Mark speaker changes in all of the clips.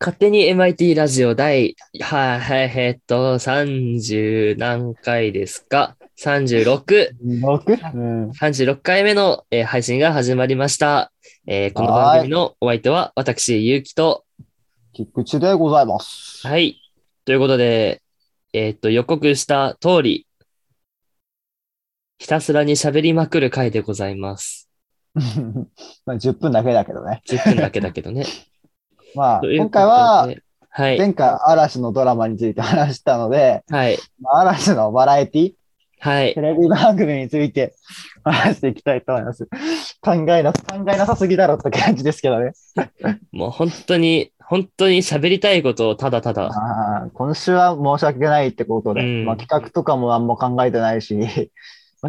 Speaker 1: 勝手に MIT ラジオ第、はい、はい、えっと、30何回ですか ?36、
Speaker 2: 6? うん。
Speaker 1: 36回目の、えー配信が始まりました。えーこの番組のお相手は、私、ゆうきと、
Speaker 2: 菊池でございます。
Speaker 1: はい。ということで、えーっと、予告した通り、ひたすらに喋りまくる回でございます。
Speaker 2: まあ10分だけだけどね。
Speaker 1: 10分だけだけど ね。
Speaker 2: まあ、
Speaker 1: というこ
Speaker 2: 今
Speaker 1: とで
Speaker 2: 回は、、
Speaker 1: はい。
Speaker 2: 前回嵐のドラマについて話したので、
Speaker 1: はい。
Speaker 2: まあ嵐のバラエティ、
Speaker 1: はい
Speaker 2: テ。レビ番組について 話していきたいと思います。考えな、考えなさすぎだろって感じですけどね。
Speaker 1: もう本当に、本当に喋りたいことをただただ。
Speaker 2: まあ、今週は申し訳ないってことで、
Speaker 1: うん
Speaker 2: まあ企画とかもあんま考えてないし、ま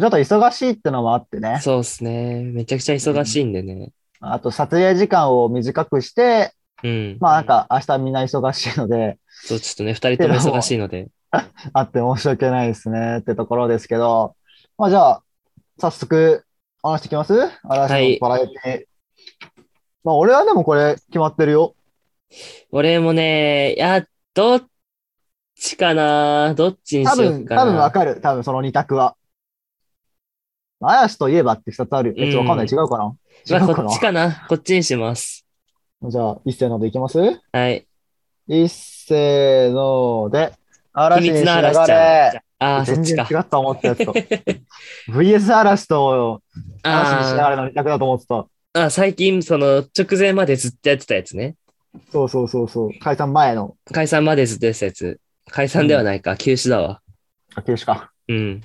Speaker 2: あ ちょっと忙しいってのもあってね。
Speaker 1: そうですね。めちゃくちゃ忙しいんでね。
Speaker 2: あと撮影時間を短くして、
Speaker 1: うん。
Speaker 2: まあなんか明日みんな忙しいので、
Speaker 1: そう、ちょっとね、二人とも忙しいので。
Speaker 2: あって申し訳ないですねってところですけど、まあじゃあ、早速、話してきます
Speaker 1: い
Speaker 2: 嵐のバラエティ。まあ俺はでもこれ決まってるよ。
Speaker 1: 俺もね、いや、どっちかなどっちに
Speaker 2: 多
Speaker 1: しよう
Speaker 2: 分、
Speaker 1: かな。
Speaker 2: 多分わかる。多分その二択は。まあ嵐といえばって二つあるよ。え、ちょっとわかんない。
Speaker 1: う
Speaker 2: 違うかな
Speaker 1: ま
Speaker 2: 違う
Speaker 1: あ、
Speaker 2: か
Speaker 1: こっ
Speaker 2: な
Speaker 1: ちかなこっちにします。
Speaker 2: じゃあ、一斉のでいきます
Speaker 1: はい。
Speaker 2: 一斉ので、嵐
Speaker 1: 秘
Speaker 2: に
Speaker 1: 密
Speaker 2: し
Speaker 1: の
Speaker 2: や
Speaker 1: 嵐
Speaker 2: が
Speaker 1: ちゃん
Speaker 2: れ。。
Speaker 1: ああ、そっ
Speaker 2: 全
Speaker 1: ち
Speaker 2: 然
Speaker 1: か
Speaker 2: 違。った思ったやつと。VS 嵐と嵐にしや
Speaker 1: あ
Speaker 2: がれの二択だと思ってた。
Speaker 1: ーあ、最近、その、直前までずっとやってたやつね。
Speaker 2: そうそうそうそう。解散前の。
Speaker 1: 解散までずっとやってたやつ。解散ではないか、休止だわ。
Speaker 2: あ、休止か。
Speaker 1: うん。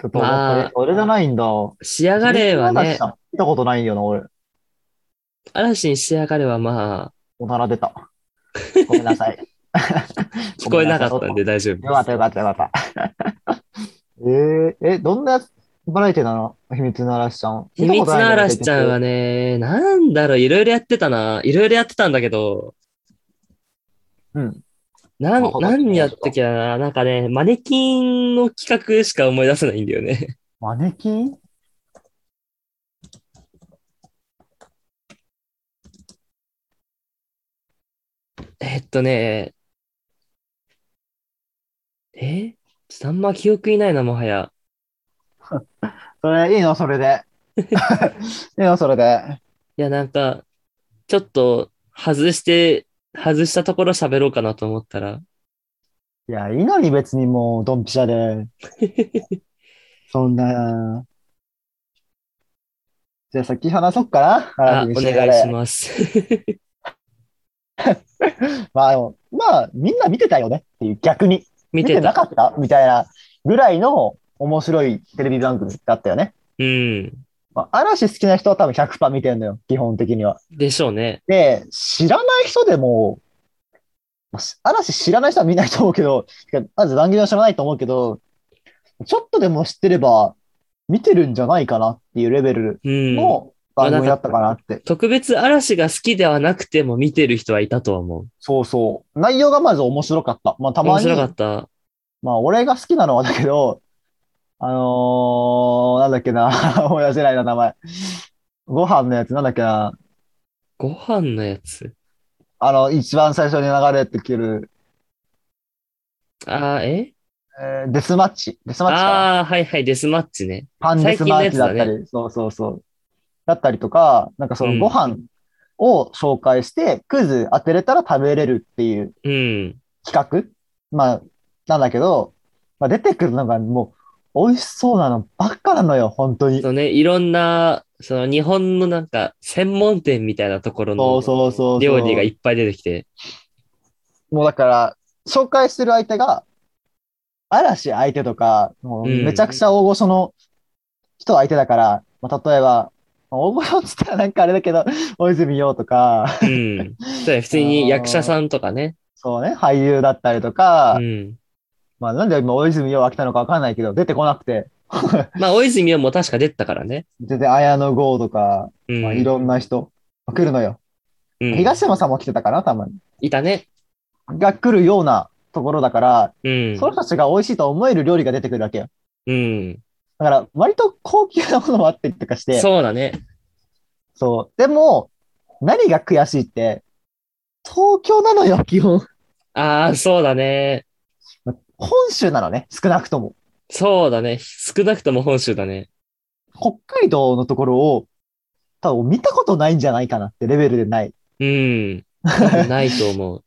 Speaker 2: ちょっと思った
Speaker 1: まあ
Speaker 2: 俺俺じゃないんだ。
Speaker 1: 仕上がれはね
Speaker 2: 嵐、さん見たことないよな、俺。
Speaker 1: 嵐に仕上がれはまあ、
Speaker 2: おなら 出た。ごめんなさい。
Speaker 1: 聞こえなかったんで大丈夫です。
Speaker 2: よかったよかったよかった。 えー、え、どんなバラエティなの秘密の嵐ちゃん。
Speaker 1: 秘密の嵐ちゃんは
Speaker 2: ね。
Speaker 1: ね、なんだろう、いろいろやってたな。いろいろやってたんだけど、
Speaker 2: うん。
Speaker 1: な
Speaker 2: なる
Speaker 1: ん、
Speaker 2: ほど
Speaker 1: 何やったっけな。なんかね、マネキンの企画しか思い出せないんだよね。
Speaker 2: マネキン
Speaker 1: えっとね、えちょっとあんま記憶いないな、もはや。
Speaker 2: それ、いいのそ れで。いいのそれで。
Speaker 1: いや、なんか、ちょっと外して、外したところ喋ろうかなと思ったら、
Speaker 2: いや、いいのに別にもう、ドンピシャで。そんな。じゃあ先話そっか な
Speaker 1: あ、
Speaker 2: 嵐
Speaker 1: お
Speaker 2: にしてや
Speaker 1: 願
Speaker 2: れ
Speaker 1: いします。
Speaker 2: まあでも、まあ、みんな見てたよねっていう、逆に。
Speaker 1: 見
Speaker 2: 見
Speaker 1: て
Speaker 2: てな
Speaker 1: た。
Speaker 2: かったみたいなぐらいの面白いテレビ番組だったよね。
Speaker 1: うん。
Speaker 2: まあ、嵐好きな人は多分100%見てんのよ、基本的には。
Speaker 1: でしょうね。
Speaker 2: で、知らない人でも、まあし嵐知らない人は見ないと思うけど、てかまず番組は知らないと思うけど、ちょっとでも知ってれば見てるんじゃないかなっていうレベル
Speaker 1: うん。
Speaker 2: の番組だったかなって。
Speaker 1: 特別嵐が好きではなくても見てる人はいたとは思う。
Speaker 2: そうそう。内容がまず面白かった。まあた
Speaker 1: 面
Speaker 2: まに
Speaker 1: 白、かった。
Speaker 2: まあ俺が好きなのはだけど、あのー、なんだっけな、 思い出せないな、名前。ご飯のやつなんだっけな。
Speaker 1: ご飯のやつ。
Speaker 2: あの、一番最初に流れてくる、
Speaker 1: あーえ
Speaker 2: えーデスマッチ。デスマッチかな
Speaker 1: ああー、はいはい、デスマッチね。
Speaker 2: パンデスマーチだった
Speaker 1: 最近の
Speaker 2: り、そうそうそう。だったりとか、なんかそ
Speaker 1: うん
Speaker 2: のご飯を紹介して、クイズ当てれたら食べれるっていう
Speaker 1: うん。
Speaker 2: 企画まあ、なんだけど、まあ、出てくるのがもう、美味しそうなのばっかなのよ、本当に。
Speaker 1: そうね、いろんな、その日本のなんか、専門店みたいなところ
Speaker 2: そう
Speaker 1: の
Speaker 2: そうそうそう。
Speaker 1: 料理がいっぱい出てきて。
Speaker 2: もうだから、紹介する相手が、嵐相手とか、もう
Speaker 1: うん
Speaker 2: めちゃくちゃ大御所の人相手だから、まあ、例えば、まあ大御所って言ったらなんかあれだけど、 大泉洋とか、
Speaker 1: うん。そうね普通に役者さんとかね。
Speaker 2: そうね、俳優だったりとか、
Speaker 1: うん。
Speaker 2: まあなんで今大泉洋が来たのかわかんないけど、出てこなくて、
Speaker 1: まあ、大泉洋も確か出てたからね。
Speaker 2: 全然綾野剛とか、
Speaker 1: うん。
Speaker 2: まあいろんな人、来るのよ。
Speaker 1: うん
Speaker 2: 東山さんも来てたかな、たまに。
Speaker 1: いたね。
Speaker 2: が来るようなところだから、
Speaker 1: うん。
Speaker 2: その人たちが美味しいと思える料理が出てくるわけよ。
Speaker 1: うん。
Speaker 2: だから、割と高級なものもあったりとかして、
Speaker 1: そうだね。
Speaker 2: そう。でも、何が悔しいって、東京なのよ、 基本。
Speaker 1: ああ、そうだね。
Speaker 2: 本州なのね、少なくとも。
Speaker 1: そうだね。少なくとも本州だね。
Speaker 2: 北海道のところを、多分見たことないんじゃないかなってレベルでない。っ
Speaker 1: うん。多分ないと思う。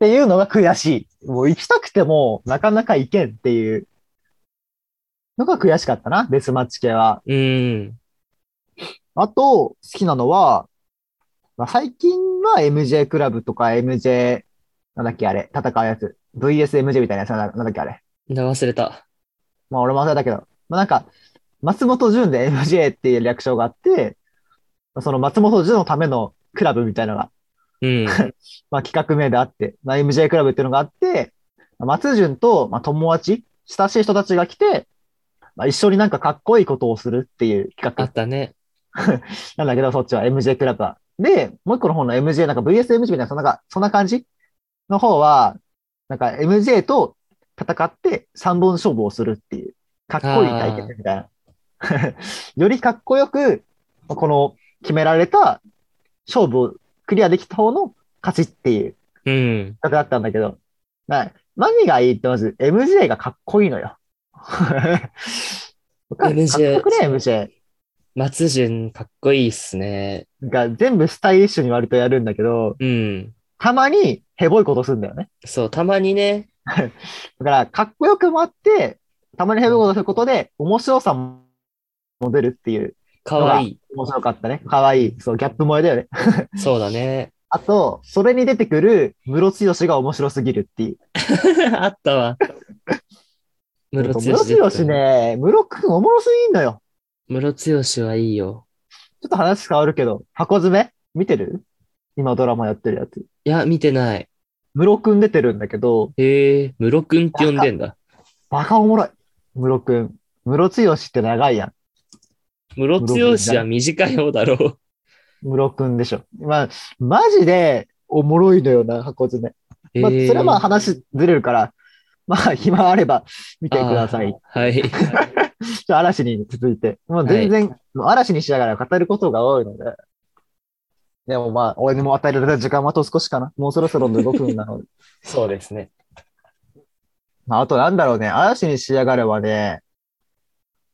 Speaker 2: ていうのが悔しい。もう行きたくても、なかなか行けんっていうのが悔しかったな、デスマッチ系は。
Speaker 1: うん。
Speaker 2: あと、好きなのは、まあ、最近は MJ クラブとか MJ、なんだっけあれ、戦うやつ。VSMJ みたいなやつな、なんだっけあれ。
Speaker 1: な忘れた。
Speaker 2: まあ俺も忘れたけど、まあなんか、松本潤で MJ っていう略称があって、まあその松本潤のためのクラブみたいなのが、
Speaker 1: うん。
Speaker 2: まあ企画名であって、まあ MJ クラブっていうのがあって、まあ松潤と、まあ、友達、親しい人たちが来て、まあ、一緒になんかかっこいいことをするっていう企
Speaker 1: あ
Speaker 2: 画
Speaker 1: ったね。
Speaker 2: なんだけど、そっちは MJ クラブは。で、もう一個の方の MJ、なんか VSMJ みたいな、そんなか、そんな感じの方は、なんか MJ と戦って3本勝負をするっていう、かっこいい対決みたいな。 よりかっこよく、この決められた勝負をクリアできた方の勝ちっていう
Speaker 1: うん。
Speaker 2: 企画だったんだけど、な何がいいってまず MJ がかっこいいのよ。かっこよくね、MJ。
Speaker 1: 松潤かっこいいっすね。
Speaker 2: が全部スタイリッシュに割とやるんだけど、
Speaker 1: うん。
Speaker 2: たまにヘボいことするんだよね。
Speaker 1: そう、たまにね。
Speaker 2: だから、かっこよくもあって、たまにヘボいことすることで、面白さも出るっていう、
Speaker 1: かわい
Speaker 2: 面白かったね。かわいい。そう、ギャップ萌えだよね。
Speaker 1: い。そうだね。
Speaker 2: あと、それに出てくる、ムロツヨシが面白すぎるっていう。
Speaker 1: あったわ。ムロツヨ
Speaker 2: ムロ
Speaker 1: シ
Speaker 2: ツ
Speaker 1: 出てた
Speaker 2: ヨシ。ね、ムロくんおもろすぎんのよ。
Speaker 1: ムロツヨシはいいよ。
Speaker 2: ちょっと話変わるけど、箱詰め見てる今ドラマやってるやつ。
Speaker 1: いや、見てない。
Speaker 2: ムロくん出てるんだけど、
Speaker 1: へえ、ムロくんって呼んでんだ。
Speaker 2: バカおもろい。ムロくん。ムロツヨシって長いやん。
Speaker 1: ムロツヨシは短い方だろう。
Speaker 2: ムロくんでしょ。まあ、マジでおもろいのよな、箱詰め。 まあ、そ
Speaker 1: へえ
Speaker 2: れはまあ話ずれるから、まあ、暇あれば見てください。
Speaker 1: あーはい。
Speaker 2: ちょっと嵐に続いて。まあ、全然、もう嵐にしながら語ることが多いので。でもまあ、俺にも与えられた時間はあと少しかな。もうそろそろの5分なので。
Speaker 1: そうですね。
Speaker 2: まあ、あとなんだろうね。嵐にしやがればね、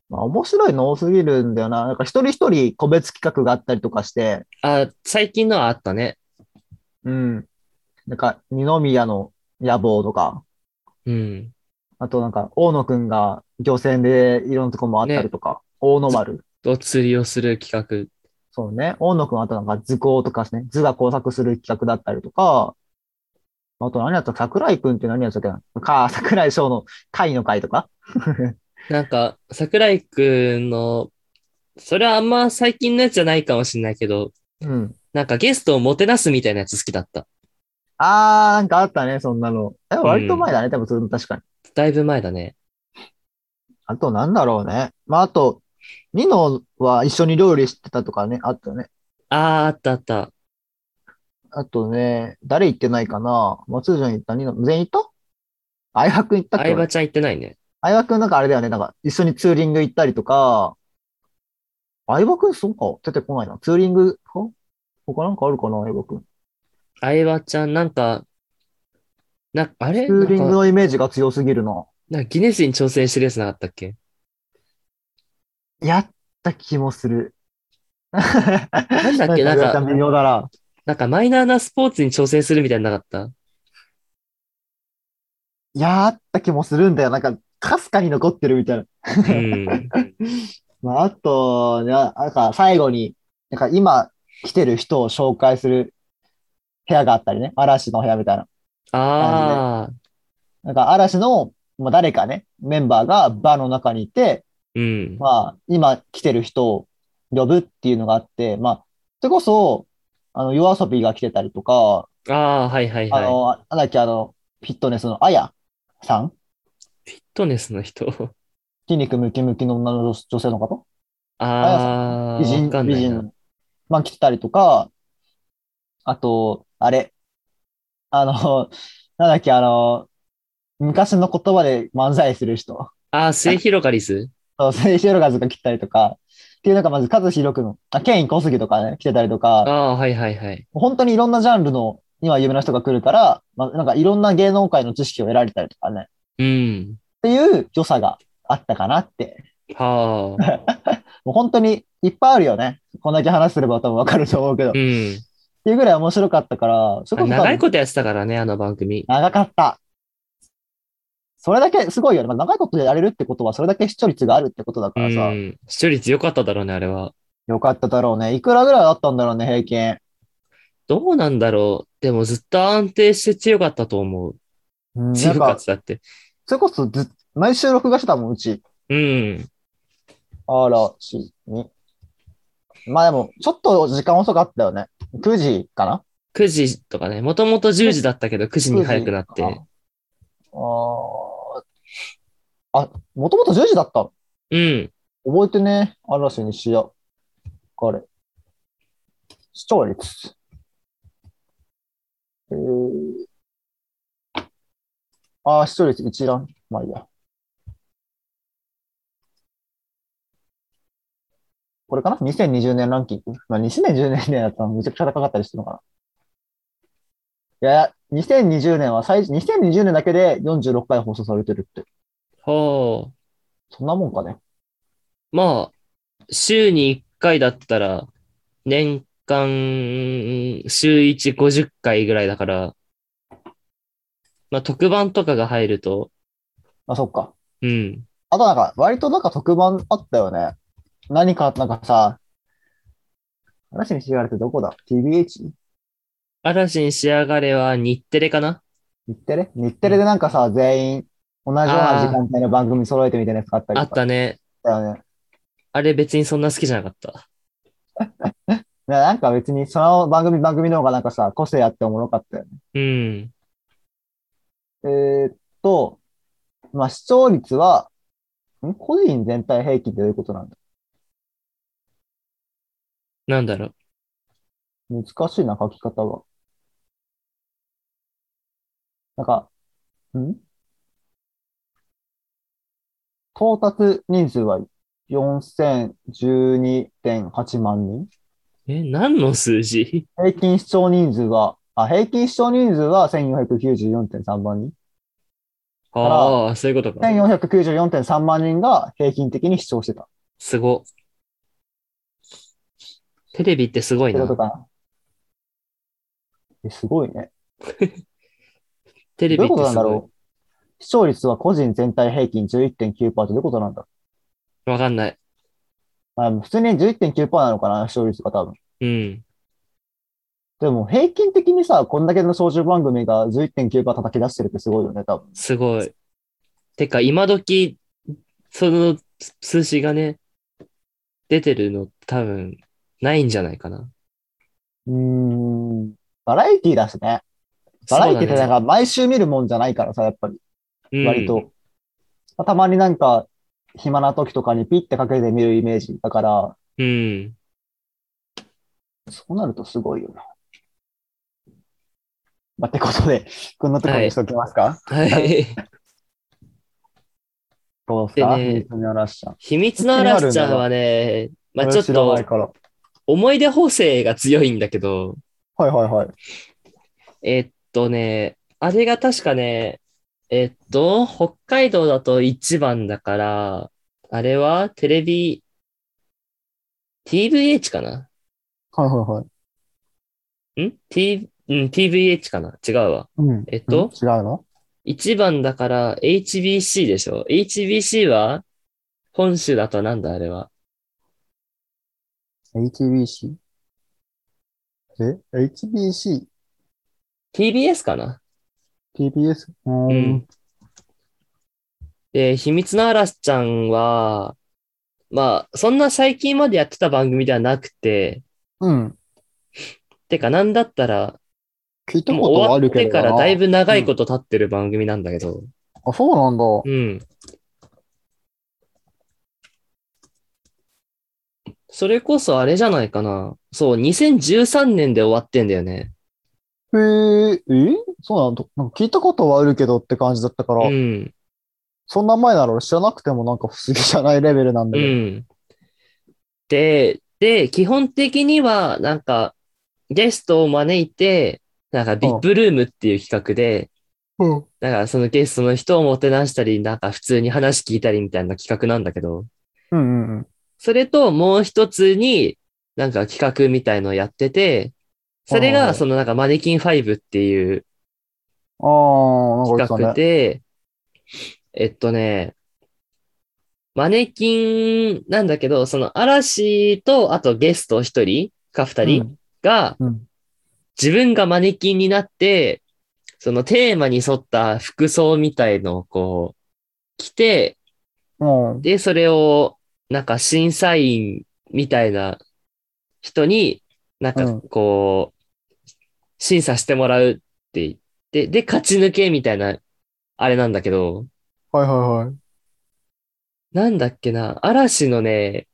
Speaker 2: まあ、面白いの多すぎるんだよな。なんか一人一人個別企画があったりとかして、
Speaker 1: あ、最近のはあったね。
Speaker 2: うん。なんか、二宮の野望とか、
Speaker 1: うん。
Speaker 2: あとなんか、大野くんが漁船でいろんなとこもあったりとか、大野丸。
Speaker 1: お釣りをする企
Speaker 2: そうね。大野くんはあとなんか図工とかですね、図が工作する企画だったりとか、あと何やった桜井くんって何やったっけなか、桜井翔の会の会とか
Speaker 1: 画。なんか、桜井くんの、それはあんま最近のやつじゃないかもしれないけど、
Speaker 2: うん。
Speaker 1: なんかゲストをもてなすみたいなやつ好きだった。
Speaker 2: あー、なんかあったね、そんなの。え、割と前だね、でもそれも確かに。
Speaker 1: だいぶ前だね。
Speaker 2: あとなんだろうね。まあ、あと、ニノは一緒に料理してたとかね、あったね。
Speaker 1: ああ、あったあった。
Speaker 2: あとね、誰行ってないかな松潤行った、ニノ、全員行った相葉くん行ったっけ
Speaker 1: 相葉ちゃん行ってないね。
Speaker 2: 相葉くんなんかあれだよね、なんか一緒にツーリング行ったりとか、相葉くんそうか、出てこないな。ツーリングか他なんかあるかな相葉くん。
Speaker 1: 相葉ちゃん、なんか、な、あれ
Speaker 2: ツーリング
Speaker 1: なんか
Speaker 2: のイメージが強すぎるな。
Speaker 1: なんかギネスに挑戦してるやつなかったっけ
Speaker 2: やった気もする。
Speaker 1: なんだっけ
Speaker 2: な
Speaker 1: なんん
Speaker 2: か
Speaker 1: か、
Speaker 2: 微妙だな。
Speaker 1: なんかマイナーなスポーツに挑戦するみたいなのなかった
Speaker 2: やった気もするんだよ。なんか、かすかに残ってるみたいな。
Speaker 1: う ん。
Speaker 2: まあ、あと、ななんか最後に、なんか今来てる人を紹介する部屋があったりね。嵐の部屋みたいな。
Speaker 1: ああ、
Speaker 2: なんか嵐の、まあ、誰かね、メンバーがバーの中にいて、
Speaker 1: うん。
Speaker 2: まあ、今来てる人を呼ぶっていうのがあって、まあ、それこそ、あの、夜遊びが来てたりとか、
Speaker 1: ああ、はいはい
Speaker 2: あ
Speaker 1: はい。
Speaker 2: の、なんだっけ、あの、フィットネスのあやさん
Speaker 1: フィットネスの人。
Speaker 2: 筋肉ムキムキの女の女女性の方
Speaker 1: ああ、
Speaker 2: 美人
Speaker 1: わ、かん
Speaker 2: 美
Speaker 1: ない
Speaker 2: 人
Speaker 1: な。
Speaker 2: の。まあ、来てたりとか、あと、あれ、あの、なんだっけ、あの、昔の言葉で漫才する人、
Speaker 1: ああ、末広がりず
Speaker 2: そう、聖シロガズが来てたりとか、っていうのがまず、数広くの、あ、ケイン小杉とかね、来てたりと
Speaker 1: あ
Speaker 2: か、
Speaker 1: あ、はいはいはい。
Speaker 2: 本当にいろんなジャンルの今有名な人が来るから、まあ、なんかいろんな芸能界の知識を得られたりとかね、っ
Speaker 1: うん。
Speaker 2: ていう良さがあったかなって。
Speaker 1: は あ。
Speaker 2: もう本当にいっぱいあるよね。こんだけ話すれば多分わかると思うけど。
Speaker 1: う
Speaker 2: って
Speaker 1: ん。
Speaker 2: いうぐらい面白かったから、それ
Speaker 1: あ
Speaker 2: こそ多分
Speaker 1: 長いことやってたからね、あの番組。
Speaker 2: 長かった。それだけすごいよね。まあ、長いことやれるってことは、それだけ視聴率があるってことだ
Speaker 1: う
Speaker 2: からさ、
Speaker 1: ん。視聴率良かっただろうね、あれは。
Speaker 2: よかっただろうね。いくらぐらいあったんだろうね、平均。
Speaker 1: どうなんだろう。でもずっと安定して強かったと思う。
Speaker 2: うん、な
Speaker 1: 強
Speaker 2: ん
Speaker 1: か
Speaker 2: か
Speaker 1: っ、たって。
Speaker 2: それこそず、毎週録画してたもん、うち。
Speaker 1: うん。
Speaker 2: あら、し、に。まあでも、ちょっと時間遅かったよね。9時かな
Speaker 1: 9時とかね。もともと10時だったけど、9時に早くなっ。て。
Speaker 2: 9時あーあ、もともと10時だったの
Speaker 1: うん。
Speaker 2: 覚えてね。嵐にしよう。これ。視聴率。えー、あー、視聴率一覧。まあいいや。これかな ?2020 年ランキング。まあ、2020年だったらめちゃくちゃ高かったりしてるのかな。いや、2020年は最、2020年だけで46回放送されてるって。
Speaker 1: はあ。
Speaker 2: そんなもんかね。
Speaker 1: まあ、週に1回だったら、年間、週1、50回ぐらいだから、まあ、特番とかが入ると、
Speaker 2: あ、そっか。
Speaker 1: うん。
Speaker 2: あとなんか、割となんか特番あったよね。何か、なんかさ、話にしがれてどこだ ?TBH?
Speaker 1: 嵐に仕上がれは日テレかな
Speaker 2: 日テレ日テレでなんかさ、全員同じような時間帯の番組揃えてみたいなやつがあったり
Speaker 1: あ
Speaker 2: と
Speaker 1: っ
Speaker 2: か
Speaker 1: たね。
Speaker 2: たよね。
Speaker 1: あれ別にそんな好きじゃなかった。
Speaker 2: ななんか別にその番組番組の方がなんかさ、個性あっておもろかったよね。
Speaker 1: うん。
Speaker 2: えーっと、まあ視聴率は、ん個人全体平均ってどういうことなんだ
Speaker 1: なんだろう。
Speaker 2: 難しいな、書き方は。なんか、ん到達人数は4012.8万人
Speaker 1: え、何の数字
Speaker 2: 平均視聴人数は、あ、平均視聴人数は1494.3万人。
Speaker 1: ああ、そういうことか。
Speaker 2: 1494.3万人が平均的に視聴してた。
Speaker 1: すご。テレビってすごい
Speaker 2: ってこ
Speaker 1: な
Speaker 2: と。かな。え、すごいね。
Speaker 1: テレ
Speaker 2: どう
Speaker 1: ビっ
Speaker 2: いうこ
Speaker 1: て
Speaker 2: となん
Speaker 1: す
Speaker 2: だ
Speaker 1: ご
Speaker 2: ろう。視聴率は個人全体平均11.9%ってどういうことなんだ
Speaker 1: い。わかんない。
Speaker 2: まあ、普通に11.9%なのかな、視聴率が多分。
Speaker 1: うん。
Speaker 2: でも、平均的にさ、こんだけの小中番組が11.9%叩き出してるってすごいよね、多分。
Speaker 1: すごい。てか、今時、その数字がね、出てるの多分、ないんじゃないかな。
Speaker 2: うーん。バラエティだしね。バラエティってなんか毎週見るもんじゃないからさ、やっぱり、割と。。まあたまになんか、暇な時とかにピッてかけて見るイメージだから、
Speaker 1: うん。うん
Speaker 2: そうなるとすごいよな。まあ、ってことで、こんなところにしときますか、
Speaker 1: はい。
Speaker 2: どうですか、
Speaker 1: でね
Speaker 2: 水のラッシャー
Speaker 1: 秘密のラッシャーはね、まあちょっ
Speaker 2: 知らない
Speaker 1: と、
Speaker 2: から。
Speaker 1: 思い出補正が強いんだけど、
Speaker 2: はいはいはい。
Speaker 1: えっとね、あれが確かね、えっと、北海道だと一番だから、あれはテレビ、TVH かな
Speaker 2: はいはいはい。
Speaker 1: ん ?T、うん、TVH かな違うわ。
Speaker 2: うん。
Speaker 1: えっと
Speaker 2: うん違うの
Speaker 1: 一番だから HBC でしょ ?HBC は本州だとなんだあれは。
Speaker 2: ?HBC? え ?HBC?
Speaker 1: TBS かな
Speaker 2: TBS? うー
Speaker 1: うん。で、秘密の嵐ちゃんは、まあ、そんな最近までやってた番組ではなくて、
Speaker 2: うん。
Speaker 1: てかなんだったら、
Speaker 2: 聞いた
Speaker 1: も
Speaker 2: こ
Speaker 1: う
Speaker 2: とはあ
Speaker 1: 終わ
Speaker 2: る
Speaker 1: っ
Speaker 2: け
Speaker 1: て
Speaker 2: ど
Speaker 1: か
Speaker 2: な。
Speaker 1: らだいぶ長いこと経ってる番組なんだけど、
Speaker 2: あ、そうなんだ。
Speaker 1: うん。それこそあれじゃないかな。そう、2013年で終わってんだよね。
Speaker 2: へえ、えそうなんだ。なんか聞いたことはあるけどって感じだったから、
Speaker 1: うん。
Speaker 2: そんな前なら知らなくてもなんか不思議じゃないレベルなんだ
Speaker 1: う
Speaker 2: けど。
Speaker 1: ん。で、で、基本的には、なんか、ゲストを招いて、なんか VIP ルームっていう企画で、
Speaker 2: うん。
Speaker 1: なんかそのゲストの人をもてなしたり、なんか普通に話聞いたりみたいな企画なんだけど、
Speaker 2: うんうんうん。
Speaker 1: それともう一つに、なんか企画みたいのをやってて、それ
Speaker 2: あ
Speaker 1: が
Speaker 2: あ
Speaker 1: そのなんかマネキン5っていう
Speaker 2: ああ、なんか言
Speaker 1: 企画
Speaker 2: ってたね。
Speaker 1: で、えっとね、マネキンなんだけど、その嵐と、あとゲスト一人か二人が、
Speaker 2: うん。うん
Speaker 1: 自分がマネキンになって、そのテーマに沿った服装みたいのをこう、着て、
Speaker 2: うん。
Speaker 1: で、それを、なんか審査員みたいな人に、なんか
Speaker 2: うん
Speaker 1: こう、審査してもらうって言って、で、勝ち抜けみたいな、あれなんだけど、
Speaker 2: はいはいはい。
Speaker 1: なんだっけな、嵐のね、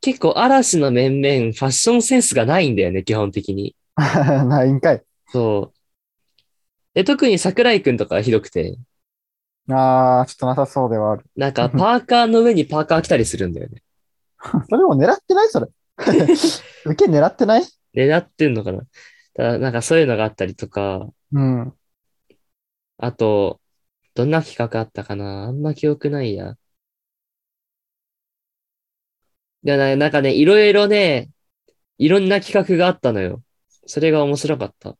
Speaker 1: 結構嵐の面々、ファッションセンスがないんだよね、基本的に。
Speaker 2: ない んかい。
Speaker 1: そう。で、特に桜井くんとかはひどくて、
Speaker 2: ああ、ちょっとなさそうではある。
Speaker 1: なんかパーカーの上にパーカー着たりするんだよね。
Speaker 2: それも狙ってないそれ。 受け狙ってない
Speaker 1: 狙ってんのかなただなんかそういうのがあったりとか、
Speaker 2: うん。
Speaker 1: あと、どんな企画あったかなあんま記憶ないや。いや、ななんかね、いろいろね、いろんな企画があったのよ。それが面白かった。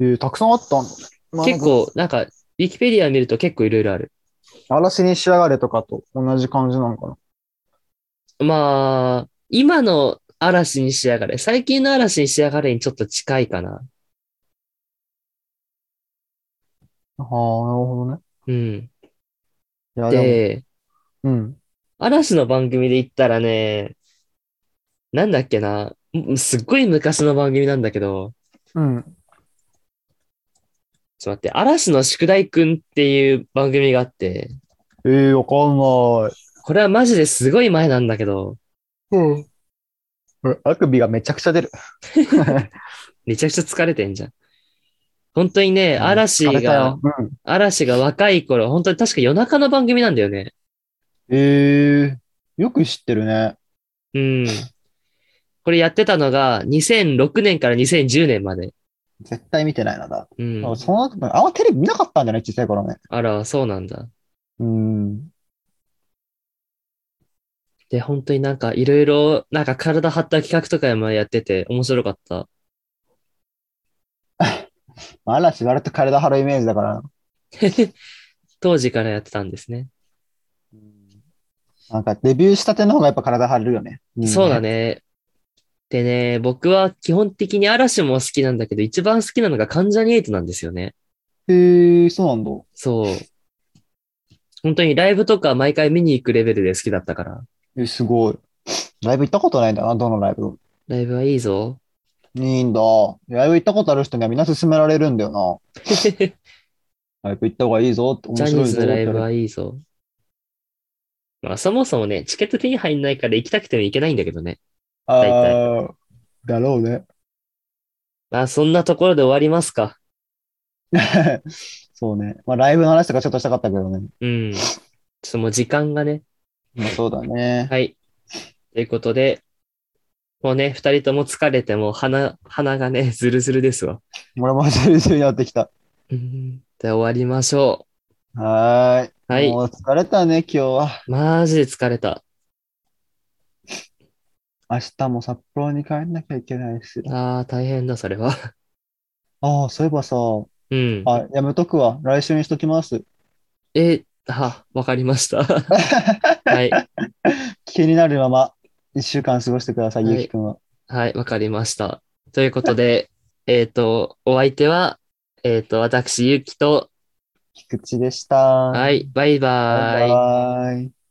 Speaker 2: えーたくさんあったんだ。まあ
Speaker 1: 結。構、なんか、ウィキペディア見ると結構いろいろある。
Speaker 2: 嵐に仕上がれとかと同じ感じなのかな。
Speaker 1: まあ、今の嵐に仕上がれ。最近の嵐に仕上がれにちょっと近いかな。
Speaker 2: ああ、なるほどね。
Speaker 1: うん。
Speaker 2: いや、で
Speaker 1: で、
Speaker 2: も、うん。
Speaker 1: 嵐の番組で言ったらね、なんだっけな。んすっごい昔の番組なんだけど、
Speaker 2: うん。
Speaker 1: ちょっと待って、嵐の宿題くんっていう番組があって、
Speaker 2: ええー、わかんない。
Speaker 1: これはマジですごい前なんだけど、
Speaker 2: うん。あくびがめちゃくちゃ出る。
Speaker 1: めちゃくちゃ疲れてんじゃん。本当にね、嵐
Speaker 2: 疲れた
Speaker 1: が
Speaker 2: よ、うん、
Speaker 1: 嵐が若い頃、本当に確か夜中の番組なんだよね。
Speaker 2: ええよく知ってるね。
Speaker 1: うん。これやってたのが2006年から2010年まで。
Speaker 2: 絶対見てないな、だ。
Speaker 1: うん。
Speaker 2: その後、あんまテレビ見なかったんじゃない小さい頃ね。
Speaker 1: あら、そうなんだ。
Speaker 2: うん。
Speaker 1: で、本当になんかいろいろ、なんか体張った企画とかもやってて面白かった。
Speaker 2: 嵐割と体張るイメージだから。
Speaker 1: 当時からやってたんですね。
Speaker 2: なんかデビューしたての方がやっぱ体張るよね。
Speaker 1: そうだ。ね。でね、僕は基本的に嵐も好きなんだけど、一番好きなのが関ジャニ∞なんですよね。
Speaker 2: へえそうなんだ。
Speaker 1: そう。本当にライブとか毎回見に行くレベルで好きだったから。
Speaker 2: え、すごい。ライブ行ったことないんだな、どのライブ。
Speaker 1: ライブはいいぞ。
Speaker 2: いいんだ。ライブ行ったことある人にはみんな勧められるんだよな。ライブ行った方がいいぞって
Speaker 1: ジャ
Speaker 2: 面白
Speaker 1: ニー
Speaker 2: い
Speaker 1: ズ
Speaker 2: ぞ
Speaker 1: の
Speaker 2: って
Speaker 1: ライブはいいぞ。まあそもそもね、チケット手に入んないから行きたくても行けないんだけどね。
Speaker 2: あ
Speaker 1: 大体
Speaker 2: ーだろうね。
Speaker 1: まあそんなところで終わりますか。
Speaker 2: そうね。まあライブの話とかちょっとしたかったけどね。
Speaker 1: うん。ちょっともう時間がね。
Speaker 2: まあそうだね。
Speaker 1: はい。ということで、もうね、二人とも疲れてもう鼻、鼻がね、 ズルズルですわ。
Speaker 2: 俺もジュルジュルになってきた。
Speaker 1: うん。で終わりましょ
Speaker 2: はー
Speaker 1: う。
Speaker 2: い。
Speaker 1: はい。
Speaker 2: もう疲れたね、今日は。
Speaker 1: マジで疲れた。
Speaker 2: 明日も札幌に帰んなきゃいけないし。
Speaker 1: ああ、大変だ、それは。
Speaker 2: ああ、そういえばさ、
Speaker 1: うん。
Speaker 2: あ、やめとくわ。来週にしときます。
Speaker 1: え、は、わかりま した。はい。
Speaker 2: 気になるまま、一週間過ごしてください、
Speaker 1: はい
Speaker 2: ゆうきくんは。
Speaker 1: はい、わかりました。ということで、えっと、お相手は、えっと、私、ゆきと、
Speaker 2: 菊池でした。
Speaker 1: はい、バイバ
Speaker 2: バ
Speaker 1: ーイ。
Speaker 2: イバイ。